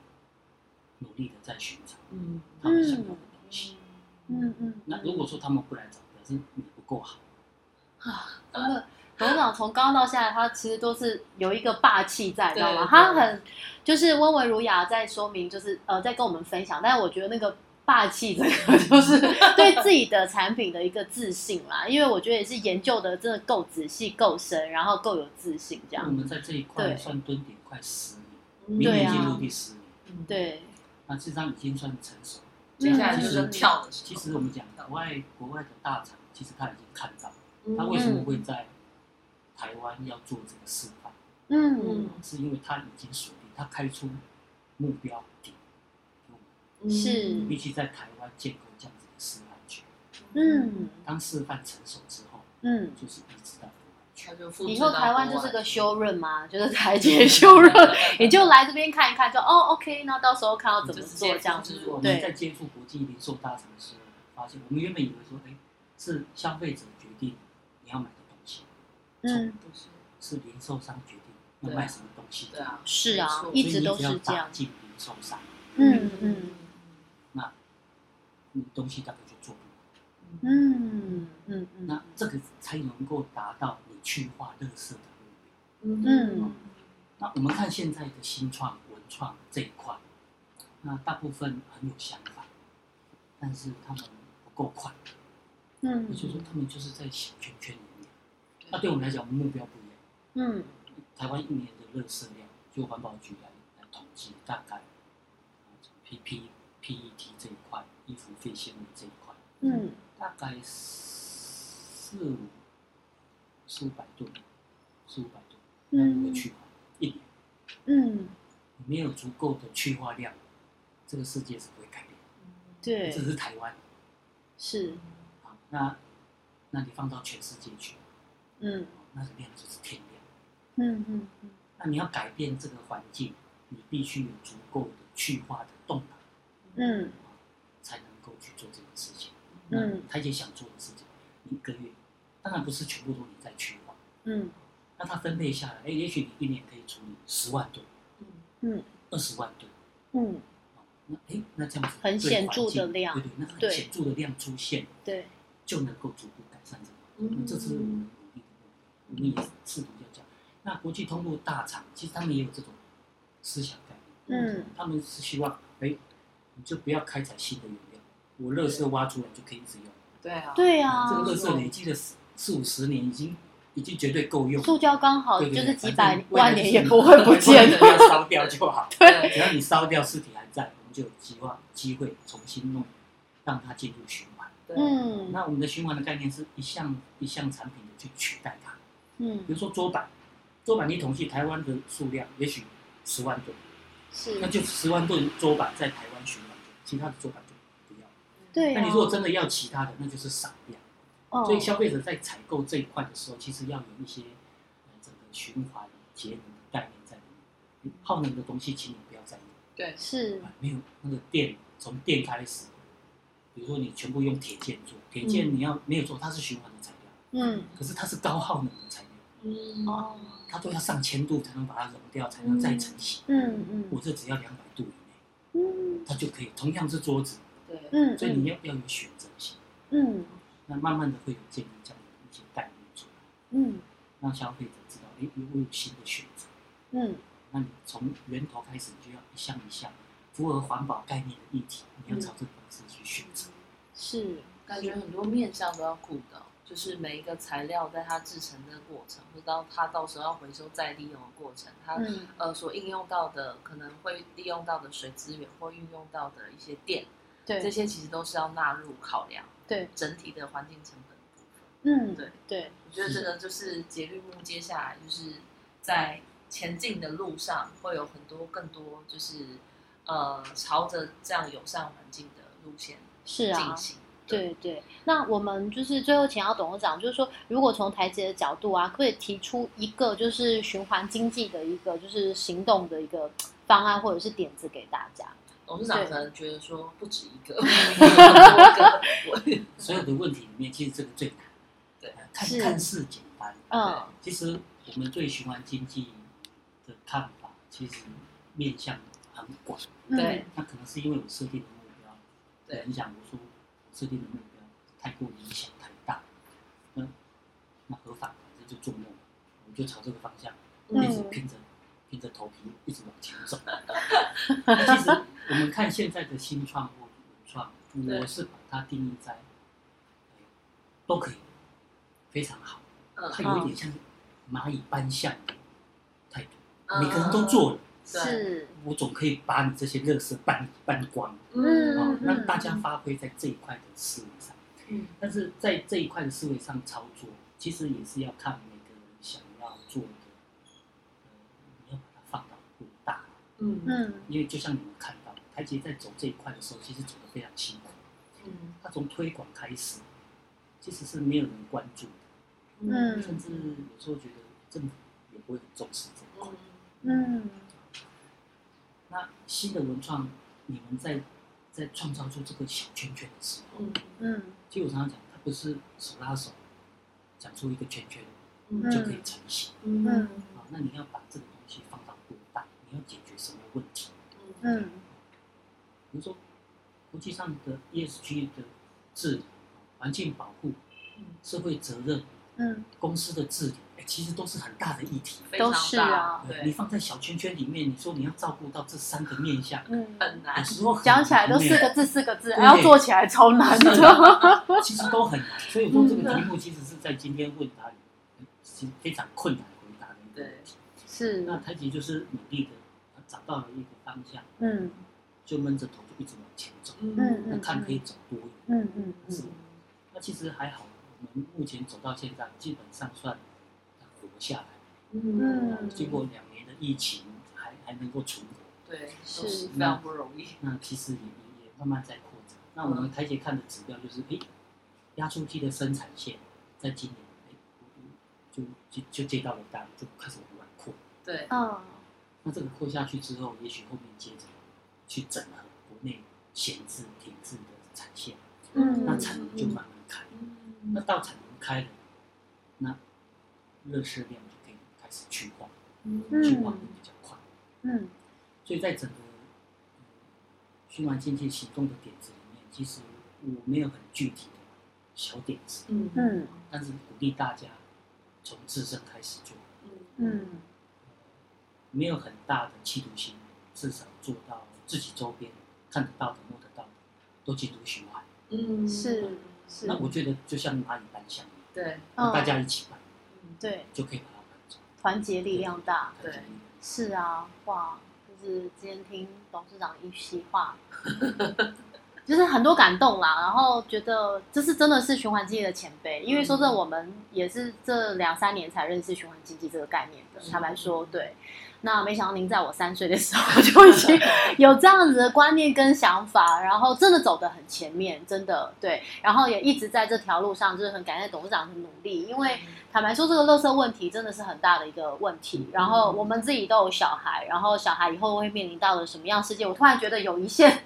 Speaker 5: 努力的在寻找
Speaker 3: 嗯
Speaker 5: 他们想要的东西。
Speaker 4: 嗯嗯，
Speaker 5: 那如果说他们不来找，表示你不够好。
Speaker 4: 真的，董事长从刚刚到现在，他其实都是有一个霸气在，你知道吗
Speaker 3: 对？
Speaker 4: 他很就是温文儒雅，在说明就是呃，在跟我们分享，但是我觉得那个。霸气这个
Speaker 3: 嗯
Speaker 4: 就是对自己的产品的一个自信啦，因为我觉得也是研究的真的够仔细、够深，然后够有自信这
Speaker 5: 那
Speaker 4: 样
Speaker 5: 我。们在这一块
Speaker 4: 对
Speaker 5: 算蹲点快十年，
Speaker 3: 啊嗯
Speaker 5: 明
Speaker 4: 对啊
Speaker 5: 年进入第十年，
Speaker 3: 嗯，
Speaker 4: 对，啊
Speaker 5: 那这张已经算成熟。
Speaker 3: 接下来就是
Speaker 5: 嗯
Speaker 3: 跳的时候，
Speaker 5: 其实我们讲国外国外的大厂，其实他已经看到，
Speaker 3: 嗯
Speaker 5: 他为什么会在台湾要做这个示范？
Speaker 4: 嗯
Speaker 5: 是因为他已经锁定，他开出目标点给我们，
Speaker 3: 嗯
Speaker 4: 是
Speaker 5: 必须在台湾建构这样子的示范区。
Speaker 4: 嗯
Speaker 5: 当示范成熟之后，
Speaker 4: 嗯，
Speaker 5: 就是移植到国外去。
Speaker 3: 他就复制
Speaker 4: 以后
Speaker 3: 到
Speaker 4: 台湾
Speaker 3: 国
Speaker 4: 就是
Speaker 3: 外
Speaker 4: 个 修润嘛，就是台阶
Speaker 5: 嗯
Speaker 4: 修润，你就来这边看一看，就哦 OK，那到时候看到怎么做这样
Speaker 5: 就
Speaker 4: 子
Speaker 5: 是我，们在
Speaker 4: 对，
Speaker 5: 接触国际零售大厂的时候，发现我们原本以为说，哎，是消费者决定你要买的东西，
Speaker 4: 嗯，
Speaker 3: 不是
Speaker 5: 是零售商决定要卖什么东西。
Speaker 3: 对啊，
Speaker 4: 是啊
Speaker 3: 没，错
Speaker 4: 一直都是这
Speaker 5: 所以你只要打
Speaker 4: 样，
Speaker 5: 进零售商，
Speaker 4: 嗯嗯
Speaker 5: 你东西大概就做不完。
Speaker 3: 嗯
Speaker 4: 嗯嗯嗯
Speaker 5: 那，这个才能够达到你去化垃圾的目标。
Speaker 3: 嗯
Speaker 4: 嗯
Speaker 5: 那我们看现在的新创、文创这一块，那大部分很有想法，但是他们不够快，也
Speaker 4: 嗯
Speaker 5: 就是说他们就是在小圈圈里面。那对我们来讲，我们目标不一样。
Speaker 4: 嗯
Speaker 5: 台湾一年的热圾量，就环保局来来统计，大概呃这个 P P P E T 这一块，衣服废纤维这一块，
Speaker 4: 嗯
Speaker 5: 大概四五四五百吨，四五百吨，那如何
Speaker 4: 嗯
Speaker 5: 去化？一年
Speaker 4: 嗯，
Speaker 5: 你没有足够的去化量，这个世界是不会改变的。
Speaker 4: 对
Speaker 5: 这，是台湾
Speaker 4: 是，
Speaker 5: 啊，那那你放到全世界去，啊
Speaker 4: 嗯
Speaker 5: 那量就是天量。
Speaker 4: 嗯嗯嗯
Speaker 5: 那你要改变这个环境，你必须有足够的去化的动能。
Speaker 4: 嗯
Speaker 5: 才能够去做这个事情。
Speaker 4: 嗯
Speaker 5: 嗯，他也想做的事情，一个月当然不是全部都你在去化，
Speaker 4: 嗯
Speaker 5: 那他分配下来，哎，也许你一年可以处理十万吨、
Speaker 4: 嗯
Speaker 5: 二十万吨，
Speaker 4: 嗯，
Speaker 5: 哦那哎，那这样子
Speaker 4: 很
Speaker 5: 对
Speaker 4: 显
Speaker 5: 环
Speaker 4: 著的
Speaker 5: 境
Speaker 4: 量
Speaker 5: 对对，那很
Speaker 4: 对
Speaker 5: 显著的量出现，
Speaker 4: 对，
Speaker 5: 就能够逐步改善这个。
Speaker 3: 嗯
Speaker 5: 那这是我们努力的目标，我们也试图要讲。那国际通路大厂其实他们也有这种思想概念，
Speaker 4: 嗯
Speaker 5: 他们是希望，哎，你就不要开采新的原料，我垃圾挖出来就可以一直用。
Speaker 3: 对啊，
Speaker 4: 对啊
Speaker 5: 这，个垃圾累积了四四五十年，已经已经绝对够用。
Speaker 4: 塑胶刚好
Speaker 5: 对
Speaker 4: 就
Speaker 5: 对
Speaker 4: 是
Speaker 5: 对
Speaker 4: 几
Speaker 5: 反
Speaker 4: 百
Speaker 5: 正未来
Speaker 4: 万
Speaker 5: 就是，
Speaker 4: 年也不会不见
Speaker 5: 要烧掉就 好。
Speaker 3: 对
Speaker 5: 只要你烧掉，尸体还在，我们就有机会机会重新弄，让它进入循环。
Speaker 3: 对，
Speaker 4: 嗯
Speaker 5: 那我们的循环的概念是一项一项产品的去取代它。
Speaker 4: 嗯
Speaker 5: 比如说桌板，桌板你统计台湾的数量，也许十万吨，
Speaker 4: 是
Speaker 5: 那，就十万吨桌板在台湾循环中，其他的桌板就不要。
Speaker 4: 对
Speaker 5: 那
Speaker 4: 啊，
Speaker 5: 你如果真的要其他的，那就是少量。
Speaker 4: 哦
Speaker 5: 所以消费者在采购这一块的时候，其实要有一些呃整个循环节能的概念在里面。嗯耗能的东西，请你不要再用，
Speaker 4: 是
Speaker 5: 啊没有那个电，从电开始，比如说你全部用铁件做，铁件你要没有做，它是循环的材料，
Speaker 4: 嗯
Speaker 5: 可是它是高耗能的材料，
Speaker 3: 嗯
Speaker 4: 哦
Speaker 5: 它都要上千度才能把它融掉，才能再成型。
Speaker 4: 嗯
Speaker 5: 我
Speaker 4: 嗯
Speaker 5: 这只要两百度以内，
Speaker 4: 嗯
Speaker 5: 它就可以。同样是桌子，
Speaker 3: 对，
Speaker 4: 嗯，
Speaker 5: 所以你要要有选择性，
Speaker 4: 嗯
Speaker 5: 那慢慢的会有建立这样的一些概念出来。
Speaker 4: 嗯
Speaker 5: 让消费者知道，哎，我有新的选择。
Speaker 4: 嗯
Speaker 5: 那你从源头开始，你就要一项一项符合环保概念的议题，你要朝这个方式去选择。
Speaker 4: 是
Speaker 3: 感觉很多面向都要顾到，就是每一个材料在它制成的过程，或到它到时候要回收再利用的过程，它、
Speaker 4: 嗯
Speaker 3: 呃所应用到的可能会利用到的水资源或运用到的一些电，这
Speaker 4: 对
Speaker 3: 些其实都是要纳入考量
Speaker 4: 对
Speaker 3: 整体的环境成本的部
Speaker 4: 嗯
Speaker 3: 分。对，
Speaker 4: 对
Speaker 3: 我觉得这个就是节律木接下来就是在前进的路上会有很多更多就是呃朝着这样友善环境的路线
Speaker 4: 是啊
Speaker 3: 进，行。
Speaker 4: 对对，那我们就是最后请到董事长，就是说，如果从台积的角度啊，可以提出一个就是循环经济的一个就是行动的一个方案或者是点子给大家。
Speaker 3: 董事长
Speaker 4: 对
Speaker 3: 可能觉得说不止一个， 有很多个
Speaker 5: 所有的问题里面，其实这个最难。
Speaker 3: 对
Speaker 5: 呃，看
Speaker 4: 是
Speaker 5: 看似简单，
Speaker 4: 嗯
Speaker 5: 其实我们对循环经济的看法，其实面向很广。
Speaker 4: 嗯
Speaker 3: 对
Speaker 5: 那可能是因为我设定的目标，
Speaker 3: 对
Speaker 5: 影响我说我设定的目标太过影响太大，那那何妨反正就做梦，我就朝这个方向
Speaker 4: 嗯
Speaker 5: 一直拼着拼着头皮一直往前走。那其实我们看现在的新创或文创，
Speaker 3: 对
Speaker 5: 我是把它定义在、呃都可以，非常好，
Speaker 3: 嗯
Speaker 5: 它有一点像蚂蚁搬象的态度，
Speaker 3: 嗯
Speaker 5: 每个人都做了。
Speaker 3: 对
Speaker 4: 是，
Speaker 5: 我总可以把你这些乐色搬搬光，
Speaker 4: 嗯
Speaker 5: 哦，让大家发挥在这一块的思维上。
Speaker 3: 嗯
Speaker 5: 但是在这一块的思维上操作，其实也是要看每个人想要做的，呃，你要把它放到多大。
Speaker 3: 嗯
Speaker 4: 嗯
Speaker 5: 因为就像你们看到，台台积在走这一块的时候，其实走得非常辛苦。
Speaker 3: 嗯
Speaker 5: 它从推广开始，其实是没有人关注的，
Speaker 4: 嗯
Speaker 5: 甚至有时候觉得政府也不会很重视这
Speaker 4: 哦
Speaker 5: 一块。
Speaker 4: 嗯
Speaker 5: 那新的文创，你们在在创造出这个小圈圈的时候，
Speaker 3: 嗯
Speaker 4: 嗯
Speaker 5: 其实我常常讲，它不是手拉手讲出一个圈圈
Speaker 3: 嗯
Speaker 5: 就可以成型
Speaker 3: 嗯嗯
Speaker 5: 啊。那你要把这个东西放到多大？你要解决什么问题？
Speaker 3: 嗯
Speaker 4: 嗯
Speaker 5: 比如说国际上的 ESG 的治理、环境保护、社会责任、
Speaker 4: 嗯，
Speaker 5: 公司的治理，哎，其实都是很大的议题。
Speaker 3: 非
Speaker 4: 都
Speaker 3: 常
Speaker 4: 是
Speaker 3: 大，
Speaker 4: 啊，
Speaker 5: 你
Speaker 3: 对，
Speaker 5: 放在小圈圈里面，你说你要照顾到这三个 面向，
Speaker 4: 嗯，
Speaker 3: 很
Speaker 5: 有
Speaker 3: 难，
Speaker 5: 时候很
Speaker 4: 讲起来都
Speaker 5: 难耶
Speaker 4: 四个字四个字，
Speaker 5: 嗯对啊
Speaker 4: 还要做起来超难的。
Speaker 5: 其实都很难，所以说这个题目其实是在今天问答里面其实非常困难回答的一
Speaker 4: 嗯
Speaker 5: 个问题。
Speaker 4: 是，
Speaker 5: 那太极就是努力的找到了一个方向，
Speaker 4: 嗯
Speaker 5: 就闷着头就一直往前走，
Speaker 4: 嗯
Speaker 5: 那
Speaker 4: 嗯
Speaker 5: 看可以走多远。
Speaker 4: 嗯嗯嗯
Speaker 5: 是，那其实还好，我们目前走到现在，基本上算活下来。
Speaker 4: 嗯
Speaker 5: 经过两年的疫情，还还能够存活，
Speaker 3: 对，
Speaker 4: 是
Speaker 3: 都是非常不容易，
Speaker 5: 那其实也也也慢慢在扩展。那我们台姐看的指标就是，诶，压缩机的生产线在今年，诶，就就就接到了单，就开始往外扩。
Speaker 3: 对，
Speaker 4: 嗯
Speaker 5: 那这个扩下去之后，也许后面接着去整合国内闲置停滞的产线，那
Speaker 4: 嗯
Speaker 5: 产能就慢慢开。
Speaker 3: 嗯
Speaker 5: 那到产能开了，那热适量就可以开始去化，去化会比较快。
Speaker 4: 嗯
Speaker 5: 所以在整个嗯循环经济行动的点子里面，其实我没有很具体的小点子，
Speaker 3: 嗯
Speaker 4: 嗯
Speaker 5: 但是鼓励大家从自身开始做，
Speaker 4: 嗯
Speaker 5: 没有很大的企图心，至少做到自己周边看得到的、摸得到的都进入循环。
Speaker 3: 嗯
Speaker 4: 是是
Speaker 5: 那我觉得就像蚂蚁搬箱一样，
Speaker 3: 对，
Speaker 4: 嗯，
Speaker 5: 大家一起搬，
Speaker 3: 嗯
Speaker 4: 对
Speaker 5: 就可以把它搬走。
Speaker 4: 团结力量大，
Speaker 3: 对
Speaker 4: 是啊，哇，就是之前听董事长一席话，就是很多感动啦。然后觉得这是真的是循环经济的前辈，因为说真的，我们也是这两三年才认识循环经济这个概念的。
Speaker 3: 是
Speaker 4: 坦白说，对。那没想到您在我三岁的时候就已经有这样子的观念跟想法， 然后真的走得很前面，真的对，然后也一直在这条路上，就是很感谢董事长的努力，因为坦白说，这个垃圾问题真的是很大的一个问题。然后我们自己都有小孩，然后小孩以后会面临到的什么样的世界？我突然觉得有一 线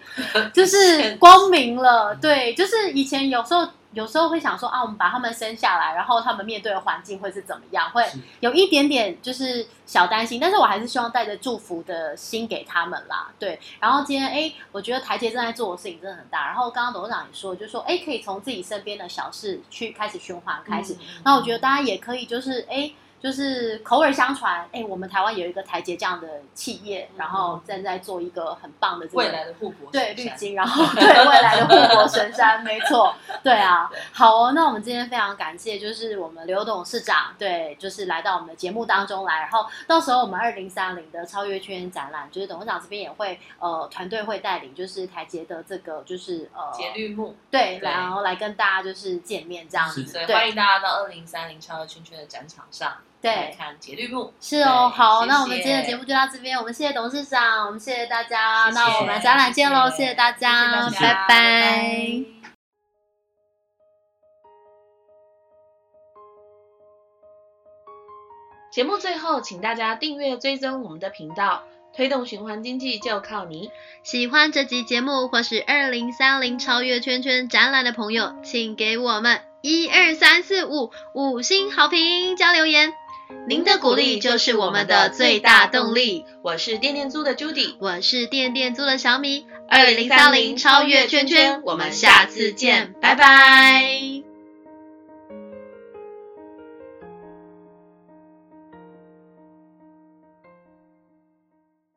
Speaker 4: 就是光明了。对，就是以前有时候有时候会想说啊，我们把他们生下来，然后他们面对的环境会是怎么样？会
Speaker 5: 是
Speaker 4: 有一点点就是小担心，但是我还是希望带着祝福的心给他们啦，对。然后今天哎，诶我觉得台阶正在做的事情真的很大。然后刚刚董事长也说，就说哎，诶可以从自己身边的小事去开始循环开始。那我觉得大家也可以就是哎。诶就是口耳相传，哎、我们台湾有一个台阶这样的企业，然后正在做一个很棒的这个
Speaker 3: 嗯未来的护国
Speaker 4: 对
Speaker 3: 神
Speaker 4: 绿
Speaker 3: 山
Speaker 4: 金，然后对未来的护国神山，没错，对啊，好哦，那我们今天非常感谢，就是我们刘董事长，对，就是来到我们的节目当中来，然后到时候我们二零三零的超越圈展览，就是董事长这边也会呃团队会带领，就是台捷的这个就是呃
Speaker 3: 节律木，
Speaker 4: 对，
Speaker 3: 对
Speaker 4: 然后来跟大家就是见面这样子
Speaker 5: 是，
Speaker 3: 所以
Speaker 4: 对
Speaker 3: 欢迎大家到二零三零超越圈圈的展场上来
Speaker 4: 对。
Speaker 3: 看节律木，
Speaker 4: 是哦，
Speaker 3: 对
Speaker 4: 好，
Speaker 3: 谢
Speaker 4: 那我们今天的
Speaker 3: 谢
Speaker 4: 节目就到这边，我们谢谢董事长，我们谢谢大家，
Speaker 3: 谢
Speaker 4: 那我
Speaker 3: 谢
Speaker 4: 们展览见喽，
Speaker 3: 谢谢
Speaker 4: 谢谢大家，
Speaker 3: 谢谢大
Speaker 4: 拜
Speaker 3: 家
Speaker 4: 拜
Speaker 2: 节目最后，请大家订阅追踪我们的频道，推动循环经济就靠你。
Speaker 1: 喜欢这集节目或是二零三零超越圈圈展览的朋友，请给我们一二三四五五星好评加留言，您的鼓励就是我们的最大动力。
Speaker 2: 我是店店租的 Judy，
Speaker 1: 我是店店租的小米，二零三零超越圈圈，我们下次见，拜拜。